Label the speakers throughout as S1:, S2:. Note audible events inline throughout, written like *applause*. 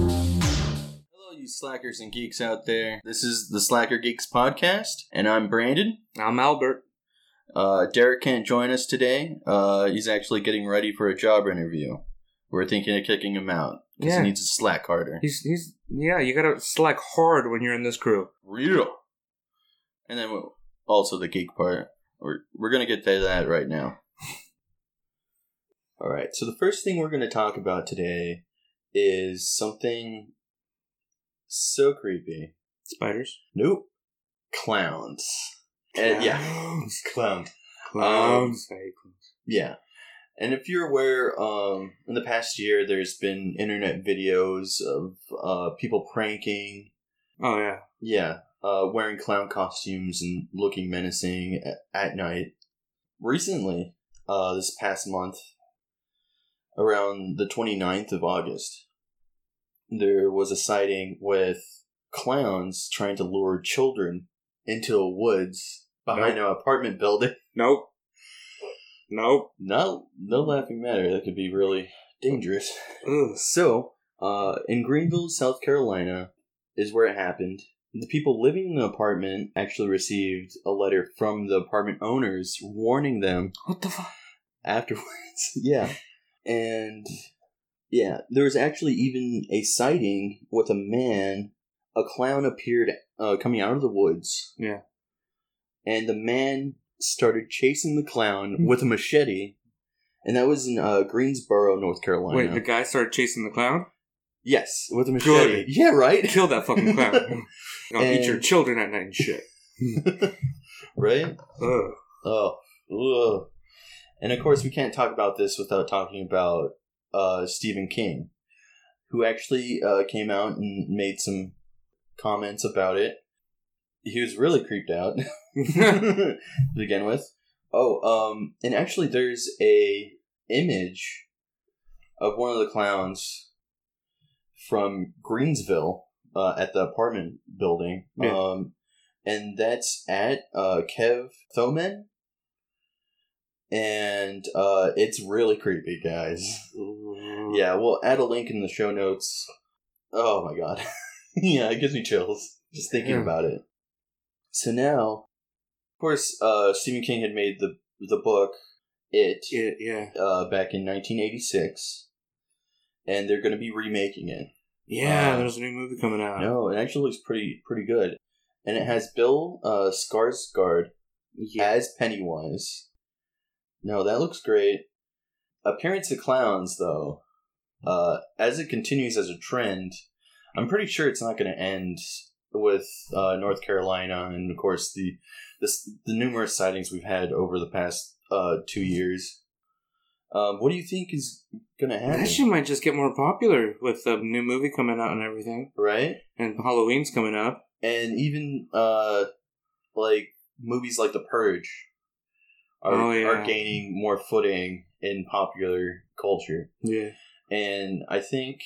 S1: Hello, you slackers and geeks out there. This is the Slacker Geeks podcast, and I'm Brandon.
S2: I'm Albert.
S1: Uh, Derek can't join us today. Uh, he's actually getting ready for a job interview. We're thinking of kicking him out because
S2: Yeah.
S1: he needs to slack harder.
S2: He's he's yeah. You gotta slack hard when you're in this crew.
S1: Real. And then we'll, also the geek part. We're, we're going to get to that right now. *laughs* All right. So the first thing we're going to talk about today is something so creepy.
S2: Spiders.
S1: Nope. Clowns. And yeah,
S2: Clowns.
S1: *laughs* clowns.
S2: Clowns. I hate Um, clowns.
S1: Yeah. And if you're aware, um, in the past year, there's been internet videos of uh, people pranking,
S2: Oh yeah.
S1: yeah, uh, wearing clown costumes and looking menacing at, at night. Recently, uh, this past month, around the 29th of August, there was a sighting with clowns trying to lure children into the woods behind an apartment building. *laughs*
S2: Nope. Nope.
S1: No, no laughing matter. That could be really dangerous.
S2: Ugh.
S1: So, uh, in Greenville, South Carolina, is where it happened. The people living in the apartment actually received a letter from the apartment owners warning them
S2: What the fuck?
S1: afterwards. *laughs* yeah, and yeah, there was actually even a sighting with a man. A clown appeared uh, coming out of the woods.
S2: Yeah.
S1: and the man started chasing the
S2: *laughs*
S1: clown with a machete, and that was in uh, Greensboro, North Carolina.
S2: Wait, the guy started chasing the clown.
S1: Yes, with a machete.
S2: Good.
S1: Yeah, *laughs* right?
S2: Kill that fucking clown. Gonna eat your
S1: And-
S2: children at night
S1: *laughs*
S2: and shit.
S1: right?
S2: Ugh. *laughs*
S1: Oh. Ugh. And of course, we can't talk about this without talking about uh, Stephen King, who actually uh, came out and made some comments about it. He was really creeped out *laughs* to begin with. Oh, um, and actually, there's a image of one of the clowns from Greensville uh, at the apartment building.
S2: Yeah.
S1: Um, and that's at uh, Kev Thoman. And uh, it's really creepy, guys. *laughs* Yeah, we'll add a link in the show notes. Oh my god. *laughs* yeah, it gives me chills just thinking
S2: Yeah.
S1: about it. So now, of course, uh, Stephen King had made the the book It
S2: Yeah. Yeah.
S1: uh, back in 1986, and they're going to be remaking it.
S2: Yeah.
S1: Uh,
S2: there's a new movie coming out.
S1: No, it actually looks pretty pretty good, and it has Bill uh, Skarsgård
S2: Yeah.
S1: as Pennywise. No, that looks great. Appearance of clowns, though, uh, as it continues as a trend, I'm pretty sure it's not going to end with uh, North Carolina and, of course, the this, the numerous sightings we've had over the past uh, two years. Um, what do you think is going to happen?
S2: That shit might just get more popular with the new movie coming out and everything,
S1: right,
S2: and Halloween's coming up.
S1: and even uh, like movies like The Purge are
S2: Oh, yeah.
S1: are gaining more footing in popular culture.
S2: Yeah.
S1: and I think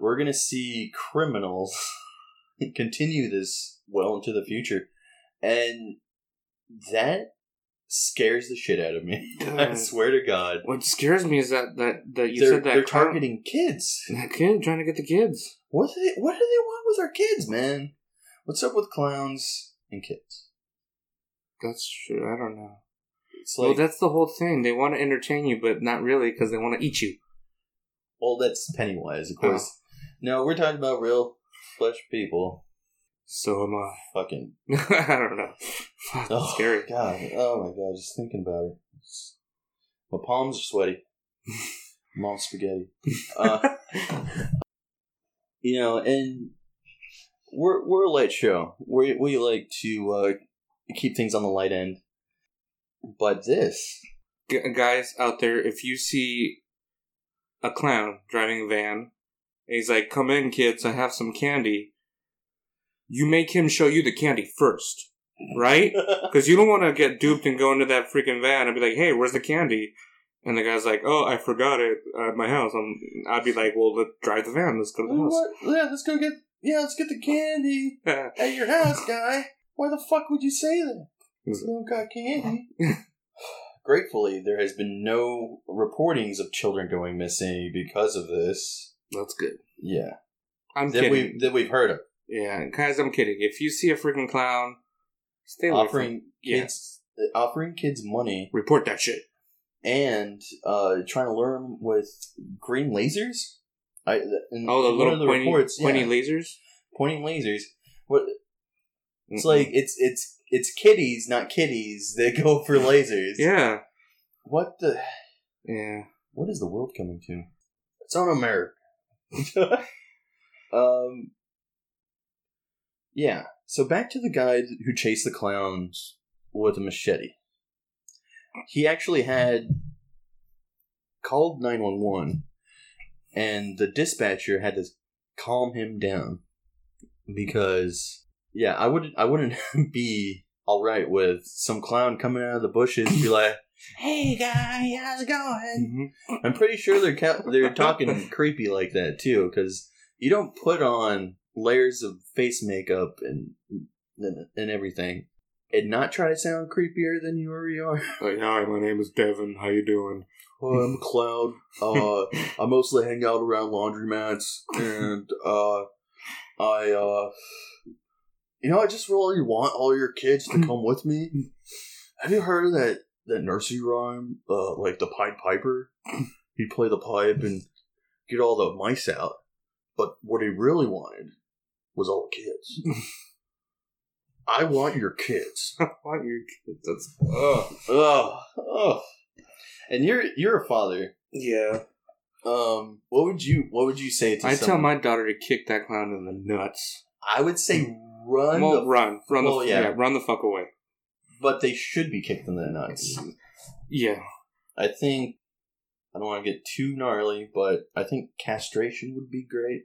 S1: we're gonna see criminals *laughs* continue this well into the future, and that scares the shit out of me. *laughs* I
S2: God.
S1: swear to God,
S2: What scares me is that that, that you
S1: they're,
S2: said that
S1: they're
S2: clown-
S1: targeting kids.
S2: that kid trying to get the kids.
S1: What do they, what do they want with our kids, man? What's up with clowns and kids?
S2: That's true. I don't know.
S1: It's
S2: well,
S1: like,
S2: that's the whole thing. They want to entertain you, but not really because they want to eat you.
S1: well, that's Pennywise, of course. No, we're talking about real flesh people.
S2: So am I. *laughs*
S1: Fucking
S2: I don't know. *laughs* Fuck, that's
S1: Oh,
S2: scary.
S1: God. Oh, my God. Just thinking about it. It's- My palms are sweaty. I'm all *laughs* spaghetti. Uh, you know, and we're, we're a light show. We, we like to uh, keep things on the light end. But this.
S2: G- guys out there, if you see a clown driving a van, and he's like, "Come in, kids. I have some candy." You make him show you the candy first, right? Because you don't want to get duped and go into that freaking van and be like, "Hey, where's the candy?" And the guy's like, "Oh, I forgot it at my house." I'm, I'd be like, "Well, let's drive the van. Let's go to the house."
S1: What? Yeah, let's go get. Yeah, let's get the candy at your house, guy. Why the fuck would you say that? You don't got candy. *laughs* Gratefully, there has been no reportings of children going missing because of this.
S2: *laughs* That's good.
S1: Yeah,
S2: I'm
S1: that
S2: kidding.
S1: we that we've heard of
S2: yeah, guys, I'm kidding. If you see a freaking clown, stay away from.
S1: offering kids offering kids money
S2: Report that shit.
S1: and uh, trying to lure them with green lasers. I and
S2: Oh, the
S1: one
S2: little
S1: of the
S2: pointy,
S1: reports, yeah,
S2: pointy lasers.
S1: pointing lasers. What it's
S2: Mm-mm.
S1: like? It's it's it's kitties, not kitties. They go for lasers.
S2: Yeah,
S1: What the
S2: yeah.
S1: What is the world coming to? It's on America. *laughs* um, yeah. So back to the guy who chased the clowns with a machete. He actually had called 911, and the dispatcher had to calm him down because yeah, I wouldn't I wouldn't *laughs* be all right with some clown coming out of the bushes and be like, "Hey guy, how's it going?"
S2: Mhm.
S1: I'm pretty sure they're ca- they're talking creepy like that too, because you don't put on layers of face makeup and and everything, and not try to sound creepier than you already are.
S2: Like, hi, my name is Devin. How you doing? *laughs*
S1: Oh, I'm a clown. *laughs* Uh, I mostly hang out around laundromats, and uh, I uh, you know, I just really want all your kids to come with me. Have you heard of that that nursery rhyme, uh, like the Pied Piper? He'd play the pipe and get all the mice out, but what he really wanted was all the kids. I want your *laughs* kids.
S2: Why are you? That's oh
S1: Ugh, ugh. And you're you're a father.
S2: yeah.
S1: Um, what would you what would you say to?
S2: I tell
S1: someone?
S2: my daughter to kick that clown in the nuts.
S1: I would say run,
S2: well,
S1: the-
S2: run, run
S1: well,
S2: the
S1: yeah.
S2: yeah. run the fuck away.
S1: but they should be kicked in the nuts.
S2: Yeah,
S1: I think I don't want to get too gnarly, but I think castration would be great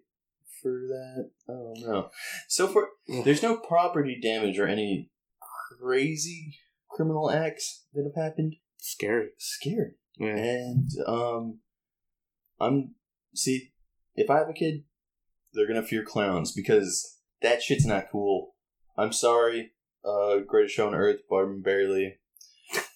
S1: for that. I don't know. So for there's no property damage or any crazy criminal acts that have happened.
S2: scary.
S1: Scared.
S2: Yeah.
S1: And um, I'm see if I have a kid, they're gonna fear clowns because that shit's not cool. I'm sorry, uh, greatest show on earth, Barnum Bailey,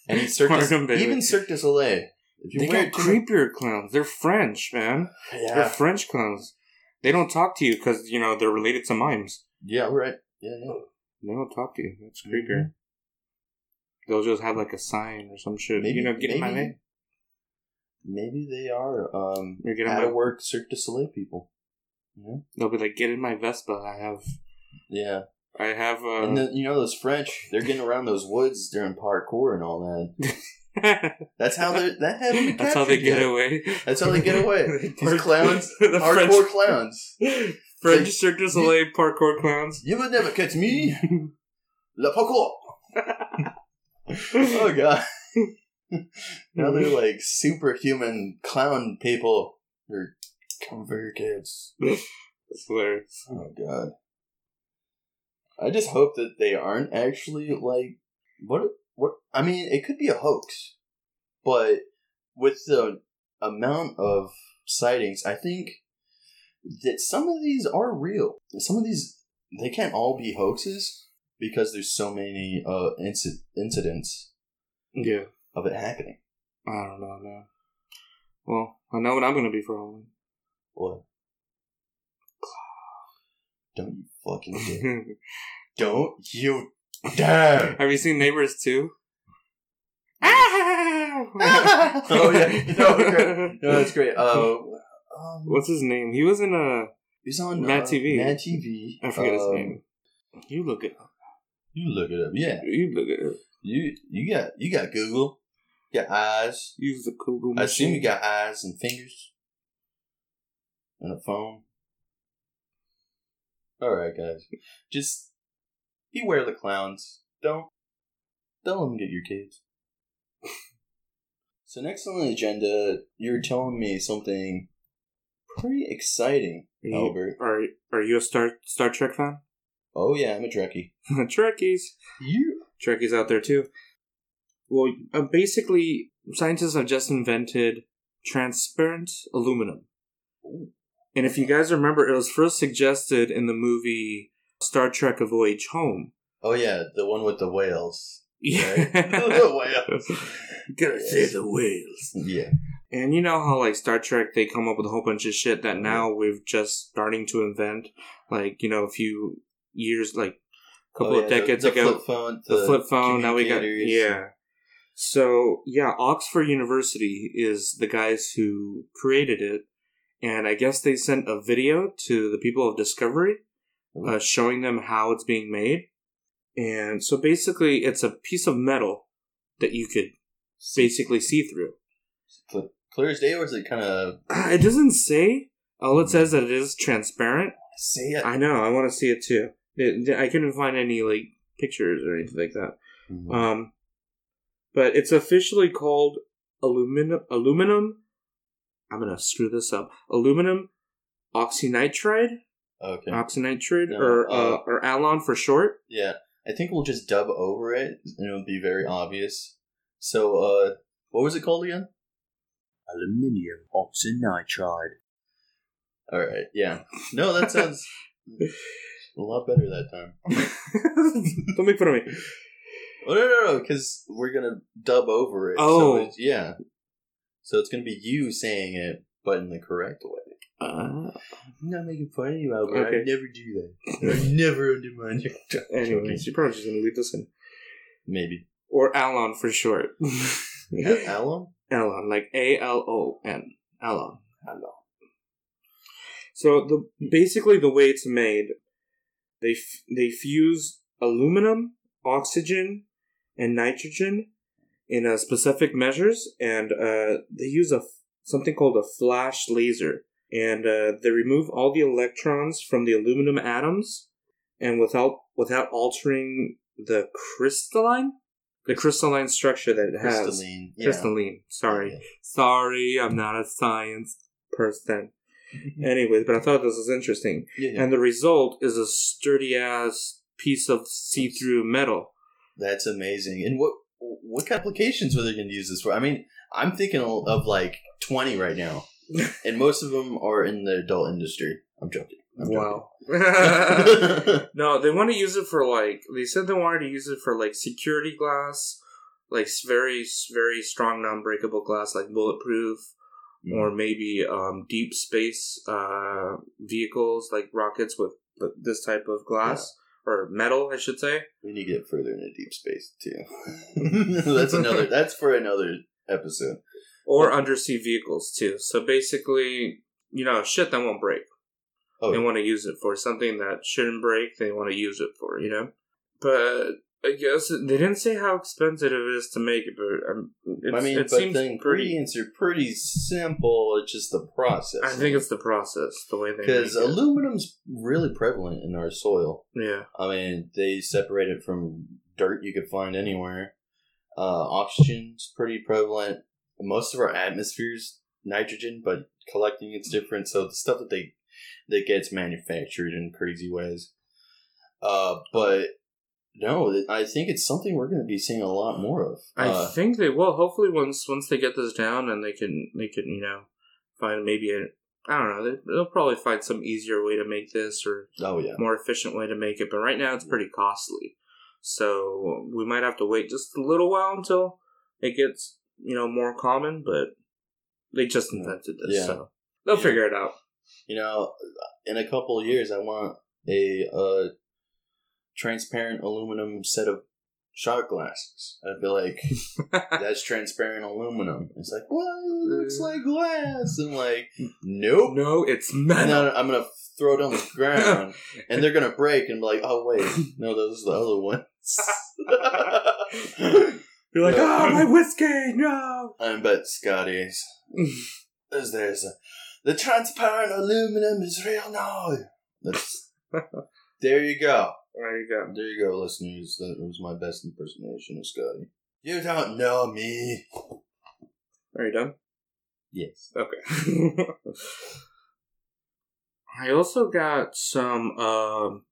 S1: and
S2: *laughs*
S1: Cirque du-
S2: Barnum Bailey.
S1: even Cirque du Soleil. If you
S2: They
S1: wear
S2: got
S1: too much-
S2: creepier clowns. They're French, man. They're
S1: yeah,
S2: French clowns. They don't talk to you because you know they're related to mimes.
S1: yeah, right, yeah, yeah.
S2: Oh, They don't talk to you. That's
S1: Mm-hmm.
S2: creepier. They'll just have like a sign or some shit.
S1: Maybe
S2: you know, get in my
S1: maybe-
S2: way.
S1: Maybe they are um,
S2: You're getting
S1: out
S2: my-
S1: of work Cirque du Soleil people.
S2: They'll be like, get in my Vespa. I have,
S1: Yeah,
S2: I have. Uh,
S1: and then you know those French, they're getting around those woods during parkour and all that. That's how they that had them
S2: *laughs* That's how they
S1: captured
S2: get
S1: yet.
S2: away.
S1: That's how they get
S2: *laughs*
S1: away. These clowns,
S2: the
S1: hardcore clowns.
S2: French, *laughs* French Cirque du Soleil parkour clowns.
S1: You would never catch
S2: *laughs*
S1: me. Le parkour. Oh god. now they're like superhuman clown people. They're come for your kids.
S2: That's hilarious.
S1: Oh god. I just hope that they aren't actually like what what I mean, it could be a hoax. But with the amount of sightings, I think that some of these are real. Some of these they can't all be hoaxes because there's so many uh inci- incidents
S2: Yeah,
S1: of it happening.
S2: I don't know, man. Well, I know what I'm gonna be for Halloween.
S1: What? Don't you fucking
S2: *laughs*
S1: dare.
S2: Have
S1: Don't you dare.
S2: you seen Neighbors too? *laughs* oh
S1: Oh,
S2: *laughs*
S1: yeah. *laughs* No, great. No, that's great. Uh, um,
S2: What's his name? He was in a.
S1: he's on
S2: Mad
S1: uh,
S2: TV.
S1: Mad TV.
S2: I forget his
S1: Um,
S2: name. You look it. up.
S1: You look it up. Yeah,
S2: You look it. up.
S1: you you got you got Google. You got eyes.
S2: Use the Google.
S1: I assume you
S2: machine.
S1: got eyes and fingers and a phone. All right, guys, just beware the clowns. Don't don't let them get your kids. *laughs* so next on the agenda, you're telling me something pretty exciting,
S2: Are you-
S1: Albert.
S2: Are Are you a Star Star Trek fan? *laughs*
S1: Oh yeah, I'm a Trekkie.
S2: Trekkies.
S1: You
S2: Trekkies out there too. Well, uh, basically, scientists have just invented transparent aluminum. And if you guys remember, it was first suggested in the movie Star Trek A Voyage Home. *laughs*
S1: Oh yeah, the one with the whales. *laughs* Right? *laughs*
S2: Yeah.
S1: Whales.
S2: Gotta save the whales.
S1: Yeah.
S2: And you know how like Star Trek they come up with a whole bunch of shit that now we've just starting to invent. Like, you know, a few years like a couple
S1: Oh,
S2: of
S1: yeah, the-
S2: decades
S1: the
S2: ago.
S1: flip phone,
S2: the, flip phone. Now we got
S1: communicators.
S2: yeah. So yeah, Oxford University is the guys who created it, and I guess they sent a video to the people of Discovery, uh, showing them how it's being made. And so basically, it's a piece of metal that you could basically see through. *clears throat*
S1: Cl- clear as day, or is it kind of
S2: Ah, It doesn't say. All it says that it is transparent.
S1: say it?
S2: I know. I want to see it too. It- I couldn't find any like pictures or anything like that.
S1: Mhm.
S2: Um, but it's officially called aluminum. Aluminum. I'm gonna screw this up. Aluminum oxynitride,
S1: Oh, okay.
S2: uh, oxynitride,
S1: No,
S2: or uh,
S1: uh,
S2: or Alon for
S1: *laughs*
S2: short.
S1: Yeah, I think we'll just dub over it, and it'll be very obvious. So, uh, what was it called again?
S3: Aluminium oxynitride.
S1: All right, yeah. No, that
S2: *laughs*
S1: sounds a lot better that time.
S2: Don't make fun of me.
S1: Oh, no, no, no, because we're gonna dub over it. so
S2: Oh.
S1: it's, yeah. So it's gonna be you saying it, but in the correct way.
S2: Uh,
S1: I'm not making fun of you, Albert.
S2: Okay.
S1: I never do that. *laughs* I never undermine your.
S2: anyways, you're probably just gonna leave this in *laughs*
S1: maybe
S2: or Alon for short.
S1: A- alum.
S2: Alon, like A L O N, Alon.
S1: Alum.
S2: So the basically the way it's made, they f- they fuse aluminum, oxygen, and nitrogen in uh, specific measures, and uh, they use a f- something called a flash laser, and uh, they remove all the electrons from the aluminum atoms, and without without altering the crystalline, the crystalline structure that it has.
S1: Crystalline. Yeah.
S2: Crystalline. Sorry. Sorry, I'm not a science
S1: *laughs*
S2: person. Anyways, but I thought this was interesting.
S1: Yeah, yeah.
S2: And the result is a sturdy ass piece of see through metal.
S1: That's amazing. And what what applications were they going to use this for? I mean, I'm thinking of like 20 right
S2: *laughs*
S1: now, and most of them are in the adult industry. I'm joking. I'm
S2: wow.
S1: *laughs*
S2: *laughs*
S1: joking.
S2: no, they want to use it for like, they said they wanted to use it for like security glass, like s- very, s- very strong non breakable glass, like bulletproof,
S1: Mm-hmm. Mm.
S2: or maybe um, deep space uh, vehicles, like rockets with th- this type of glass, or metal, I should say.
S1: we need to get further into deep space too. *laughs* that's another. That's for another episode.
S2: or undersea vehicles too. So basically, you know, shit that won't break.
S1: Oh,
S2: They want to use it for something that shouldn't break. They want to use it for you know. But I guess they didn't say how expensive it is to make it, but um, it's,
S1: I mean,
S2: it
S1: but
S2: seems
S1: the
S2: pretty.
S1: ingredients are pretty simple. It's just the process.
S2: I think it's the process, the way they
S1: because
S2: make it.
S1: aluminum's really prevalent in our soil.
S2: yeah,
S1: I mean, they separate it from dirt you could find anywhere. Uh, oxygen's pretty prevalent. Most of our atmosphere's nitrogen, but collecting it's different. So the stuff that they that gets manufactured in crazy ways. Uh, but no, th- I think it's something we're going to be seeing a lot more of.
S2: I
S1: Uh,
S2: think they will. Hopefully, once once they get this down and they can they can you know find maybe a I don't know they- they'll probably find some easier way to make this or
S1: oh yeah,
S2: more efficient way to make it. But right now, it's pretty costly, so we might have to wait just a little while until it gets you know more common. But they just invented this,
S1: Yeah.
S2: so they'll
S1: Yeah.
S2: figure it out.
S1: you know, in a couple of years, I want a uh, transparent aluminum set of shot glasses. I'd be
S2: *laughs*
S1: like. that's transparent aluminum. It's like, well, it looks like glass. I'm like, nope.
S2: no, it's
S1: No,
S2: metal.
S1: no, I'm gonna throw it on the
S2: *laughs*
S1: ground, and they're gonna break and be like, oh wait, no, those are the other
S2: *laughs*
S1: ones.
S2: You're like,
S1: No.
S2: ah, my whiskey, no.
S1: I bet Scotty's is there's a, the transparent aluminum is real now. That's there you go.
S2: there you go.
S1: There you go, listeners. That was my best impersonation of Scotty. You don't know me.
S2: Are you done?
S1: Yes.
S2: Okay. I also got some um,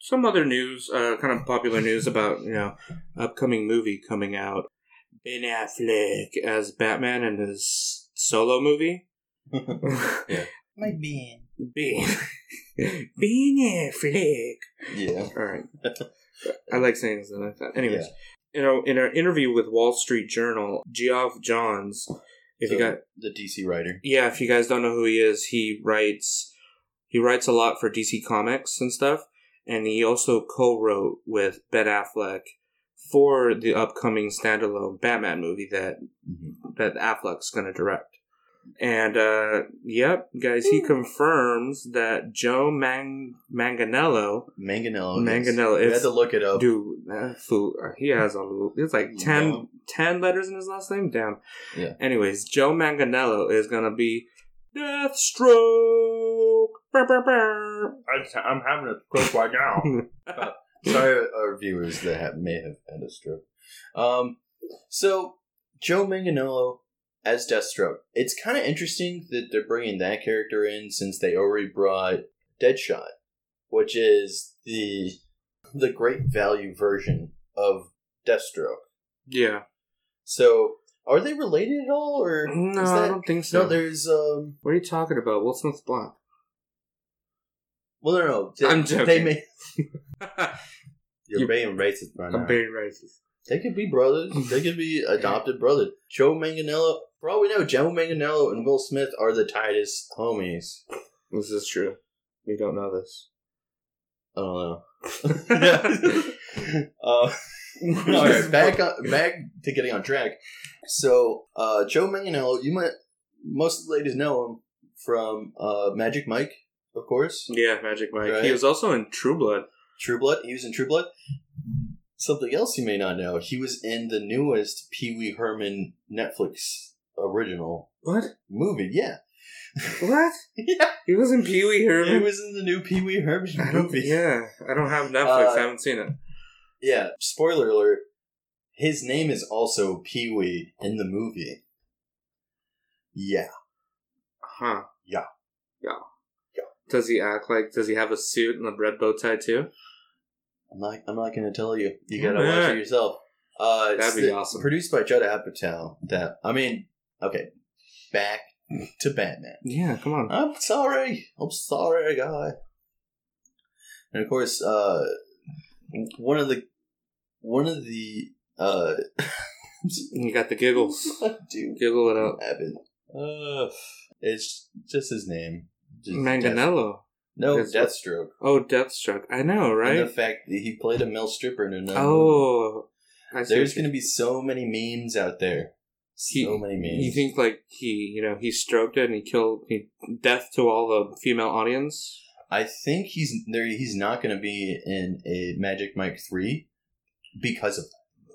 S2: some other news, uh, kind of popular news about you know upcoming movie coming out. Ben Affleck as Batman in his solo movie.
S3: My being.
S2: ben Ben Affleck.
S1: Yeah.
S2: All right. I like saying something like that. Anyways, you know, in our interview with Wall Street Journal, Geoff Johns, if you
S1: The-
S2: got
S1: the DC writer.
S2: yeah, if you guys don't know who he is, he writes he writes a lot for DC Comics and stuff, and he also co-wrote with Ben Affleck for the upcoming standalone Batman movie that that Affleck's going to direct. And uh yep, guys, he confirms that Joe Mang- Manganello
S1: Manganello.
S2: Manganello,
S1: You had
S2: it's-
S1: to look it up.
S2: Dude, that fool, uh, he has a. It's like 10, 10 letters in his last name? Damn.
S1: Mm, Yeah.
S2: Anyways, Joe Manganello is going to be Deathstroke. Bow, bow, bow.
S1: I am having a stroke right
S2: *laughs*
S1: now. Uh, Sorry, our viewers that have, may have had a stroke. Um, so Joe Manganiello as Deathstroke. It's kind of interesting that they're bringing that character in since they already brought Deadshot, which is the the great value version of Deathstroke.
S2: Yeah.
S1: So are they related at all, or
S2: No,
S1: is
S2: I
S1: that
S2: don't think so.
S1: no? There's um.
S2: what are you talking about? Will Smith's
S1: *laughs*
S2: black.
S1: Well, no, no. They,
S2: I'm joking.
S1: They may,
S2: I'm
S1: you're
S2: You-
S1: being racist right now.
S2: very racist.
S1: They could be brothers. They could be adopted brothers. Joe Manganello, for all we know, Joe Manganello and Will Smith are the tightest homies.
S2: This is true. We don't know
S1: *laughs*
S2: this.
S1: I don't know. uh, *laughs* all right, back on, back to getting on track. So, uh, Joe Manganello, you might most of the ladies know him from uh, Magic Mike, of course.
S2: Yeah, Magic Mike. He
S1: Right.
S2: was also in True Blood.
S1: True Blood. He was in True Blood. Something else you may not know: he was in the newest Pee Wee Herman Netflix original
S2: What?
S1: movie. Yeah, *laughs*
S2: What?
S1: yeah.
S2: He was in Pee Wee Herman.
S1: It was in the new Pee Wee Herman
S2: *laughs* I don't,
S1: movie. Yeah.
S2: yeah, I don't have Netflix.
S1: Uh,
S2: I haven't seen it.
S1: Spoiler alert. His name is also Pee Wee in the movie. Yeah.
S2: Huh?
S1: Yeah.
S2: Yeah.
S1: Yeah.
S2: Does he act like? Does he have a suit and a red bow tie too?
S1: I'm not. I'm not gonna tell you. You gotta
S2: Damn
S1: watch
S2: it.
S1: it yourself. Uh, it's
S2: That'd be
S1: the-
S2: awesome.
S1: Produced by Judd Apatow. That I mean. Okay. Back *laughs* to Batman.
S2: Yeah, come on.
S1: I'm sorry. I'm sorry, guy. And of course, uh, one of the one of the uh,
S2: you got the giggles.
S1: *laughs* dude.
S2: Giggle it out.
S1: Abbott. Uh, it's just his name. Just Death-
S2: Manganello.
S1: no,
S2: That's what-
S1: Deathstroke.
S2: Oh, Deathstroke. I know,
S1: And
S2: right?
S1: the fact that he played a male stripper in another. movie.
S2: oh, I see.
S1: There's
S2: what you-
S1: going to be so many memes out there.
S2: He-
S1: so many memes.
S2: You think like he, you know, he stroked it and he killed he, death to all the female audience.
S1: I think he's there. He's not going to be in a Magic Mike three because of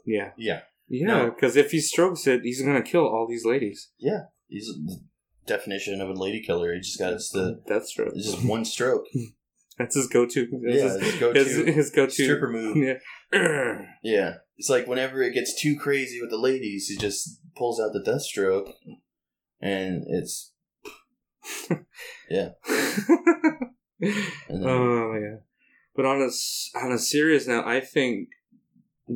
S2: Yeah,
S1: yeah.
S2: yeah. Because if he strokes it, he's gonna kill all these ladies.
S1: He's the definition of a lady killer. He just got it's the
S2: Deathstroke.
S1: it's just one
S2: *laughs*
S1: stroke.
S2: That's his go-to. That's
S1: Yeah,
S2: his,
S1: his go-to
S2: his, his go-to
S1: stripper move.
S2: *clears throat* Yeah.
S1: Yeah, it's like whenever it gets too crazy with the ladies, he just pulls out the Deathstroke, and it's
S2: *laughs*
S1: and then-
S2: oh my god! But on a s- on a serious note, I think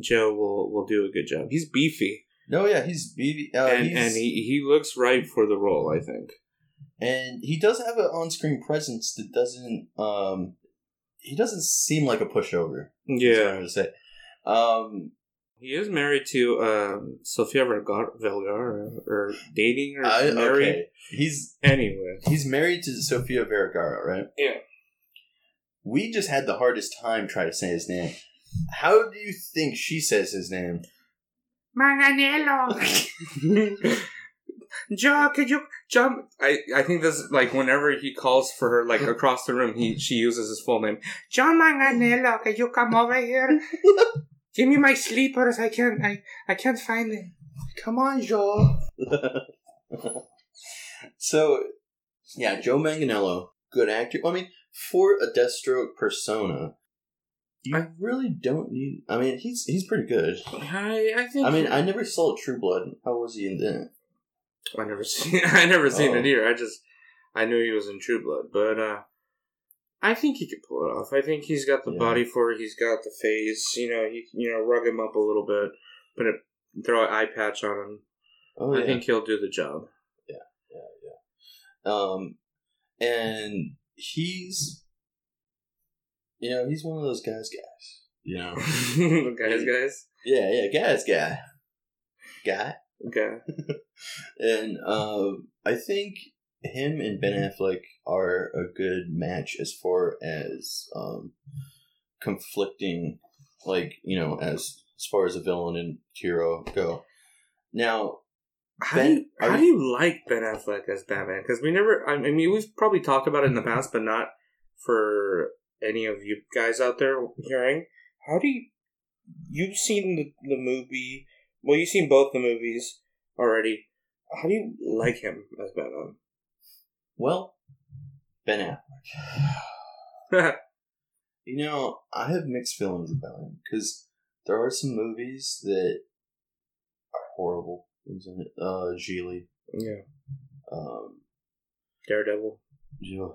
S2: Joe will will do a good job. He's beefy,
S1: no, yeah, he's be- uh,
S2: and
S1: he's-
S2: and he he looks right for the role. I think.
S1: and he does have an on-screen presence that doesn't um he doesn't seem like a pushover. is what I'm
S2: Yeah,
S1: gonna say. Um,
S2: he is married to um, Sofia Vergara, Vergara or dating or
S1: I,
S2: married.
S1: okay, he's
S2: Anyway,
S1: he's married to Sofia Vergara, right?
S2: Yeah.
S1: We just had the hardest time trying to say his name. How do you think she says his name?
S2: *laughs* Manganello. Joe, could you jump? I, I think this is like whenever he calls for her, like across the room, he she uses his full name. John Manganello, could you come over *laughs* here? Give me my sleepers. I can't. I, I can't find them.
S1: Come on, Joe. *laughs* so, yeah, Joe Manganello, good actor. I mean, for a Deathstroke persona, you
S2: I-
S1: really don't need. I mean, he's he's pretty good.
S2: I, I think.
S1: I mean, I never saw True Blood. How was he in that?
S2: I never *laughs* seen. I never seen
S1: Oh.
S2: it either. I just I knew he was in True Blood, but uh, I think he could pull it off. I think he's got the
S1: Yeah.
S2: body for it. He's got the face. You know, he you know rug him up a little bit, put a throw an eye patch on him.
S1: Oh yeah.
S2: I think he'll do the job. *laughs*
S1: Um, and he's, you know, he's one of those guys. Guys, You know?
S2: guys, guys.
S1: yeah, yeah, guys, guy, guy,
S2: Okay.
S1: and uh, I think him and Ben Affleck are a good match as far as um, conflicting, like you know, as as far as a villain and hero go. Now,
S2: How,
S1: Ben-
S2: do, you, how
S1: are
S2: do you like Ben Affleck as Batman? Because we never, I mean, we've probably talked about it in the past, but not for any of you guys out there hearing. How do you, you've seen the, the movie, well, you've seen both the movies already. How do you like him as Batman?
S1: well, Ben Affleck. You know, I have mixed feelings about him because there are some movies that are horrible. Isn't it? Uh, Geely.
S2: *laughs* yeah.
S1: Um,
S2: Daredevil.
S1: yeah.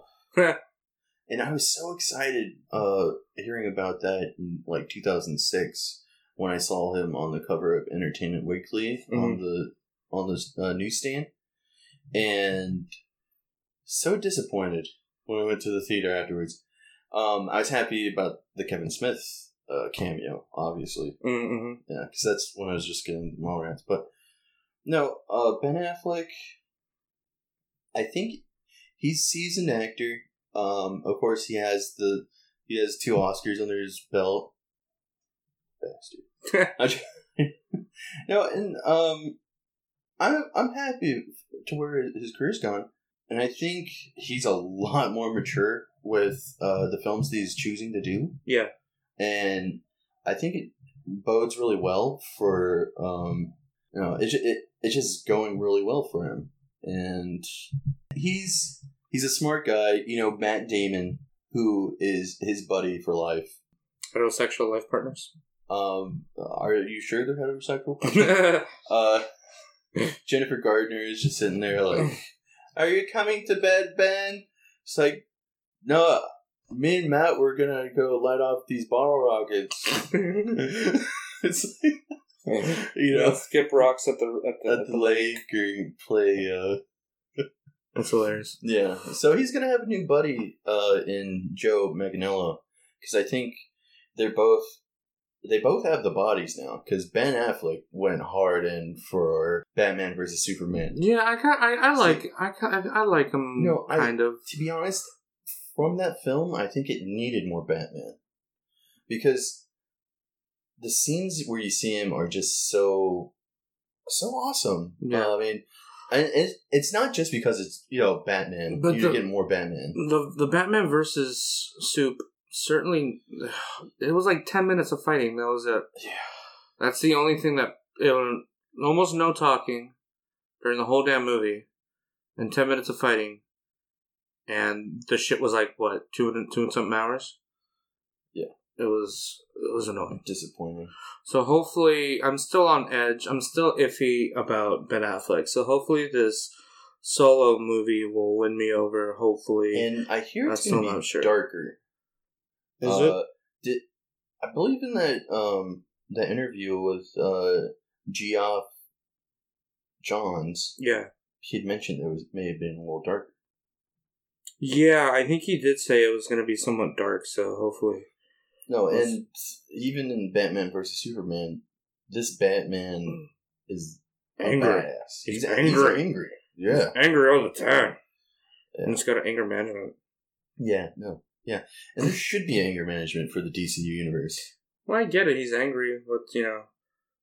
S1: and I was so excited uh, hearing about that in like 2006 when I saw him on the cover of Entertainment Weekly on
S2: Mhm.
S1: the on the uh, newsstand, and so disappointed when I went to the theater afterwards. Um, I was happy about the Kevin Smith uh, cameo, obviously,
S2: Mm-hmm.
S1: yeah, because that's when I was just getting Mallrats. But no, uh, Ben Affleck, I think he's seasoned actor. Um, of course, he has the he has two Oscars under his belt. Bastard. I tr- no, and um, I'm I'm happy to where his career's gone, and I think he's a lot more mature with uh, the films that he's choosing to do
S2: Yeah.
S1: and I think it bodes really well for um, you know it, it it's just going really well for him, and he's he's a smart guy. You know Matt Damon, who is his buddy for life.
S2: Heterosexual life *laughs* partners.
S1: Um, are you sure they're heterosexual?
S2: *laughs*
S1: uh, Jennifer Gardner is just sitting there like, "Are you coming to bed, Ben?" It's like, no. Me and Matt were gonna go light off these bottle rockets. *laughs* it's like, *laughs* you know,
S2: skip rocks at the at the,
S1: at the lake or play. Uh,
S2: That's hilarious.
S1: yeah, so he's gonna have a new buddy uh, in Joe Manganiello because I think they're both they both have the bodies now because Ben Affleck went hard in for Batman versus Superman.
S2: Yeah, I ki- I, I like I, ki- I I like him.
S1: No, I-
S2: kind of.
S1: To be honest, from that film, I think it needed more Batman because the scenes where you see him are just so so awesome.
S2: Yeah.
S1: Uh, I mean, and it, it's not just because it's you know Batman.
S2: But
S1: You're
S2: the-
S1: getting more Batman.
S2: The the Batman versus Soup certainly. *sighs* It was like ten minutes of fighting. That was it.
S1: Yeah.
S2: That's the only thing that it was almost no talking during the whole damn movie, and ten minutes of fighting, and the shit was like what two and two and something hours.
S1: Yeah.
S2: it was it was annoying.
S1: Disappointing.
S2: So hopefully, I'm still on edge. I'm still iffy about Ben Affleck. So hopefully, this solo movie will win me over. Hopefully,
S1: And I hear it's
S2: That's
S1: going
S2: still
S1: to be
S2: not sure.
S1: darker. Uh, Did, I believe in that um that interview with uh Geoff Johns.
S2: Yeah,
S1: He'd mentioned it was may have been a little darker.
S2: yeah. I think he did say it was going to be somewhat dark. So hopefully,
S1: No,
S2: Yes.
S1: and even in Batman versus Superman, this Batman is a
S2: Hmm. Angry.
S1: badass.
S2: He's
S1: He's
S2: angry.
S1: angry. Yeah.
S2: angry all the time.
S1: Yeah.
S2: And it's got an anger management.
S1: Yeah. No. Yeah. And there should be anger management for the DCU universe.
S2: Well, I get it. He's angry with you know,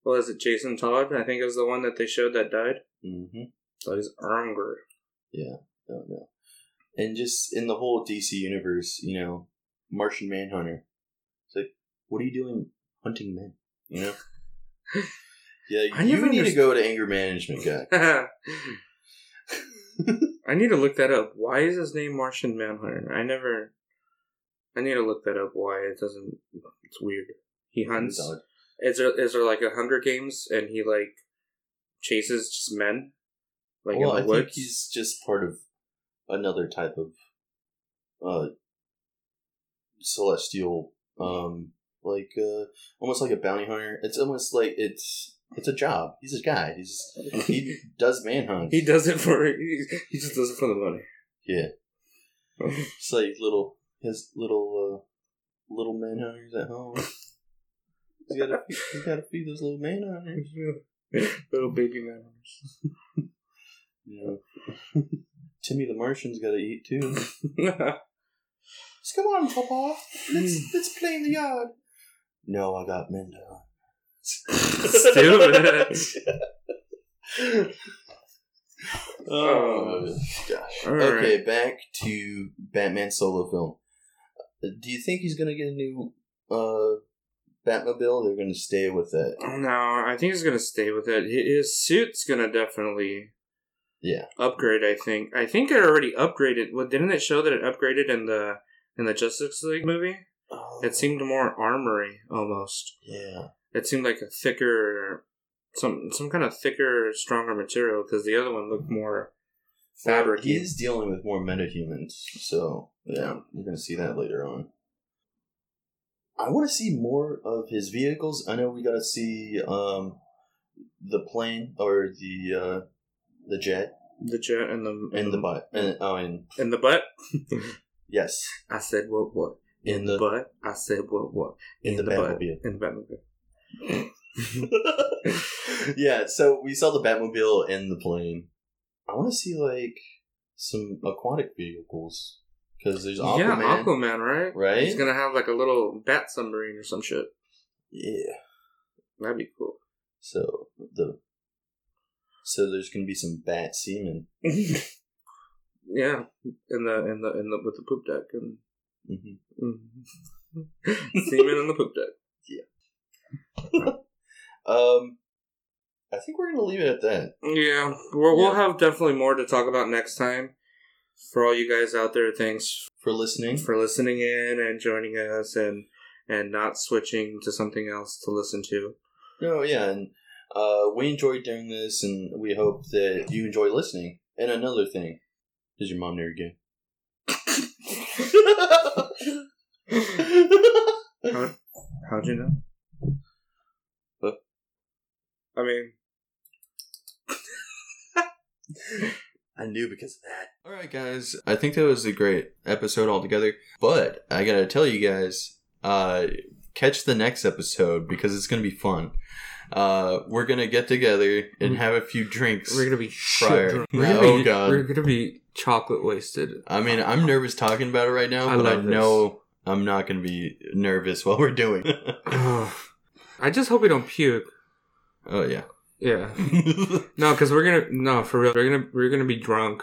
S2: well, is it Jason Todd? I think it was the one that they showed that died.
S1: Mm-hmm.
S2: So he's angry. *laughs*
S1: No, Oh, no. And just in the whole DC universe, you know, Martian Manhunter. It's like, what are you doing hunting men? You
S2: *laughs*
S1: know. Yeah,
S2: I
S1: you
S2: never
S1: need to
S2: underst-
S1: go to anger management, guy.
S2: I need to look that up. Why is his name Martian Manhunter? I never. I need to look that up. Why it doesn't? It's weird. He hunts. Is there is there like a Hunger Games and he like chases just men, like
S1: well,
S2: in
S1: I
S2: the
S1: think
S2: woods?
S1: he's just part of another type of uh celestial um like uh almost like a bounty hunter. It's almost like it's it's a job. He's a guy. He's
S2: *laughs*
S1: *laughs* he does manhunt.
S2: he does it for he, he just does it for
S1: *laughs*
S2: the money.
S1: Yeah. It's like little his little uh little manhunters at home. You gotta, you gotta feed those little man hours.
S2: Little baby mammals.
S1: Yeah. Timmy the Martian's gotta eat too. Come on, Papa. Let's let's play in the yard. Hmm. No, I got *laughs* Mendo.
S2: *laughs* Stupid.
S1: *laughs* Oh gosh.
S2: All
S1: okay, back to Batman solo film. Uh, Do you think he's gonna get a new uh Batmobile? They're gonna stay with it.
S2: No, I think he's gonna stay with it. Hi- His suit's gonna definitely
S1: Yeah.
S2: upgrade. I think. I think it already upgraded. Well, didn't it show that it upgraded in the in the Justice League movie? It seemed more armory almost.
S1: Yeah.
S2: It seemed like a thicker, some some kind of thicker, stronger material because the other one looked more fabric.
S1: He is dealing with more metahumans, so yeah, we're gonna see that later on. I want to see more of his vehicles. I know we got to see um, the plane or the uh, the jet
S2: the jet and the
S1: and the butt. And, oh, and
S2: and the butt.
S1: yes,
S2: I said what what
S1: in the
S2: butt. I said what what
S1: in the Batmobile.
S2: in the Batmobile.
S1: *laughs* yeah, so we saw the Batmobile and the plane. I want to see like some aquatic vehicles because there's Aquaman,
S2: Yeah, Aquaman, right?
S1: right?
S2: He's gonna have like a little bat submarine or some shit.
S1: yeah.
S2: That'd be cool. *laughs*
S1: So the so there's gonna be some bat semen.
S2: yeah, in the in the in the with the poop deck and
S1: hmm
S2: Mm-hmm. mm. *laughs* semen in the poop deck.
S1: Um, I think we're gonna leave it at that.
S2: Yeah, we'll, we'll have definitely more to talk about next time. For all you guys out there, thanks
S1: For listening,
S2: for listening in and joining us, and and not switching to something else to listen to.
S1: no, yeah, and uh, we enjoyed doing this, and we hope that you enjoy listening. And another thing, is your mom near *laughs* again?
S2: How'd you know?
S1: Huh?
S2: I mean,
S1: I knew because of that. All right, guys. I think that was a great episode altogether. But I gotta tell you guys, uh, catch the next episode because it's gonna be fun. Uh, we're gonna get together and have a few drinks.
S2: Mm. we're gonna be
S1: Prior.
S2: shit drunk.
S1: Oh,
S2: We're gonna be,
S1: God.
S2: we're gonna be chocolate wasted.
S1: I mean, I'm nervous talking about it right now,
S2: I
S1: but I
S2: love this.
S1: know I'm not gonna be nervous while we're doing.
S2: *laughs* Ugh. I just hope we don't puke.
S1: oh yeah. *laughs*
S2: Yeah. No, because we're gonna no for real. We're gonna we're gonna be drunk.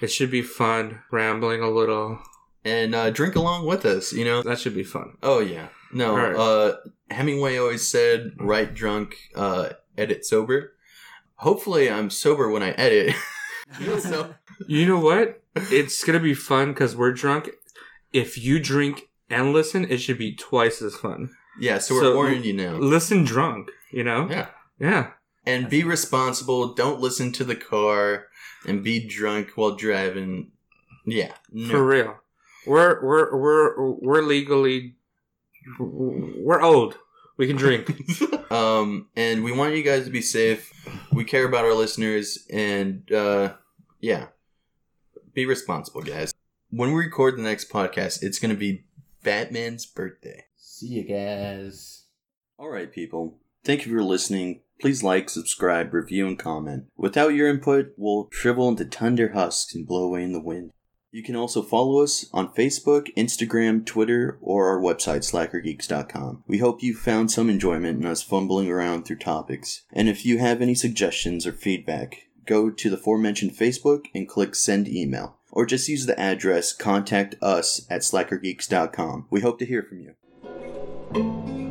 S2: It should be fun. Rambling a little.
S1: and uh, drink along with us, you know.
S2: That should be fun.
S1: Oh yeah. No.
S2: All right.
S1: Uh, Hemingway always said, "Write drunk, uh, edit sober." Hopefully, I'm sober when I edit. *laughs* so,
S2: *laughs* You know what? It's gonna be fun because we're drunk. If you drink and listen, it should be twice as fun.
S1: yeah, so we're
S2: So-
S1: warning you now.
S2: Listen drunk. You know.
S1: Yeah.
S2: Yeah.
S1: And be responsible. Don't listen to the car and be drunk while driving. Yeah. No.
S2: For real. We're we're we're we're legally we're old. We can drink.
S1: Um, and we want you guys to be safe. We care about our listeners, and uh, yeah, be responsible, guys. When we record the next podcast, it's going to be Batman's birthday.
S4: See you guys.
S1: All right, people. Thank you for listening. Please like, subscribe, review, and comment. Without your input, we'll shrivel into tender husks and blow away in the wind. You can also follow us on Facebook, Instagram, Twitter, or our website, slackergeeks.com. We hope you found some enjoyment in us fumbling around through topics. And if you have any suggestions or feedback, go to the aforementioned Facebook and click send email. Or just use the address contact us at slackergeeks.com. We hope to hear from you.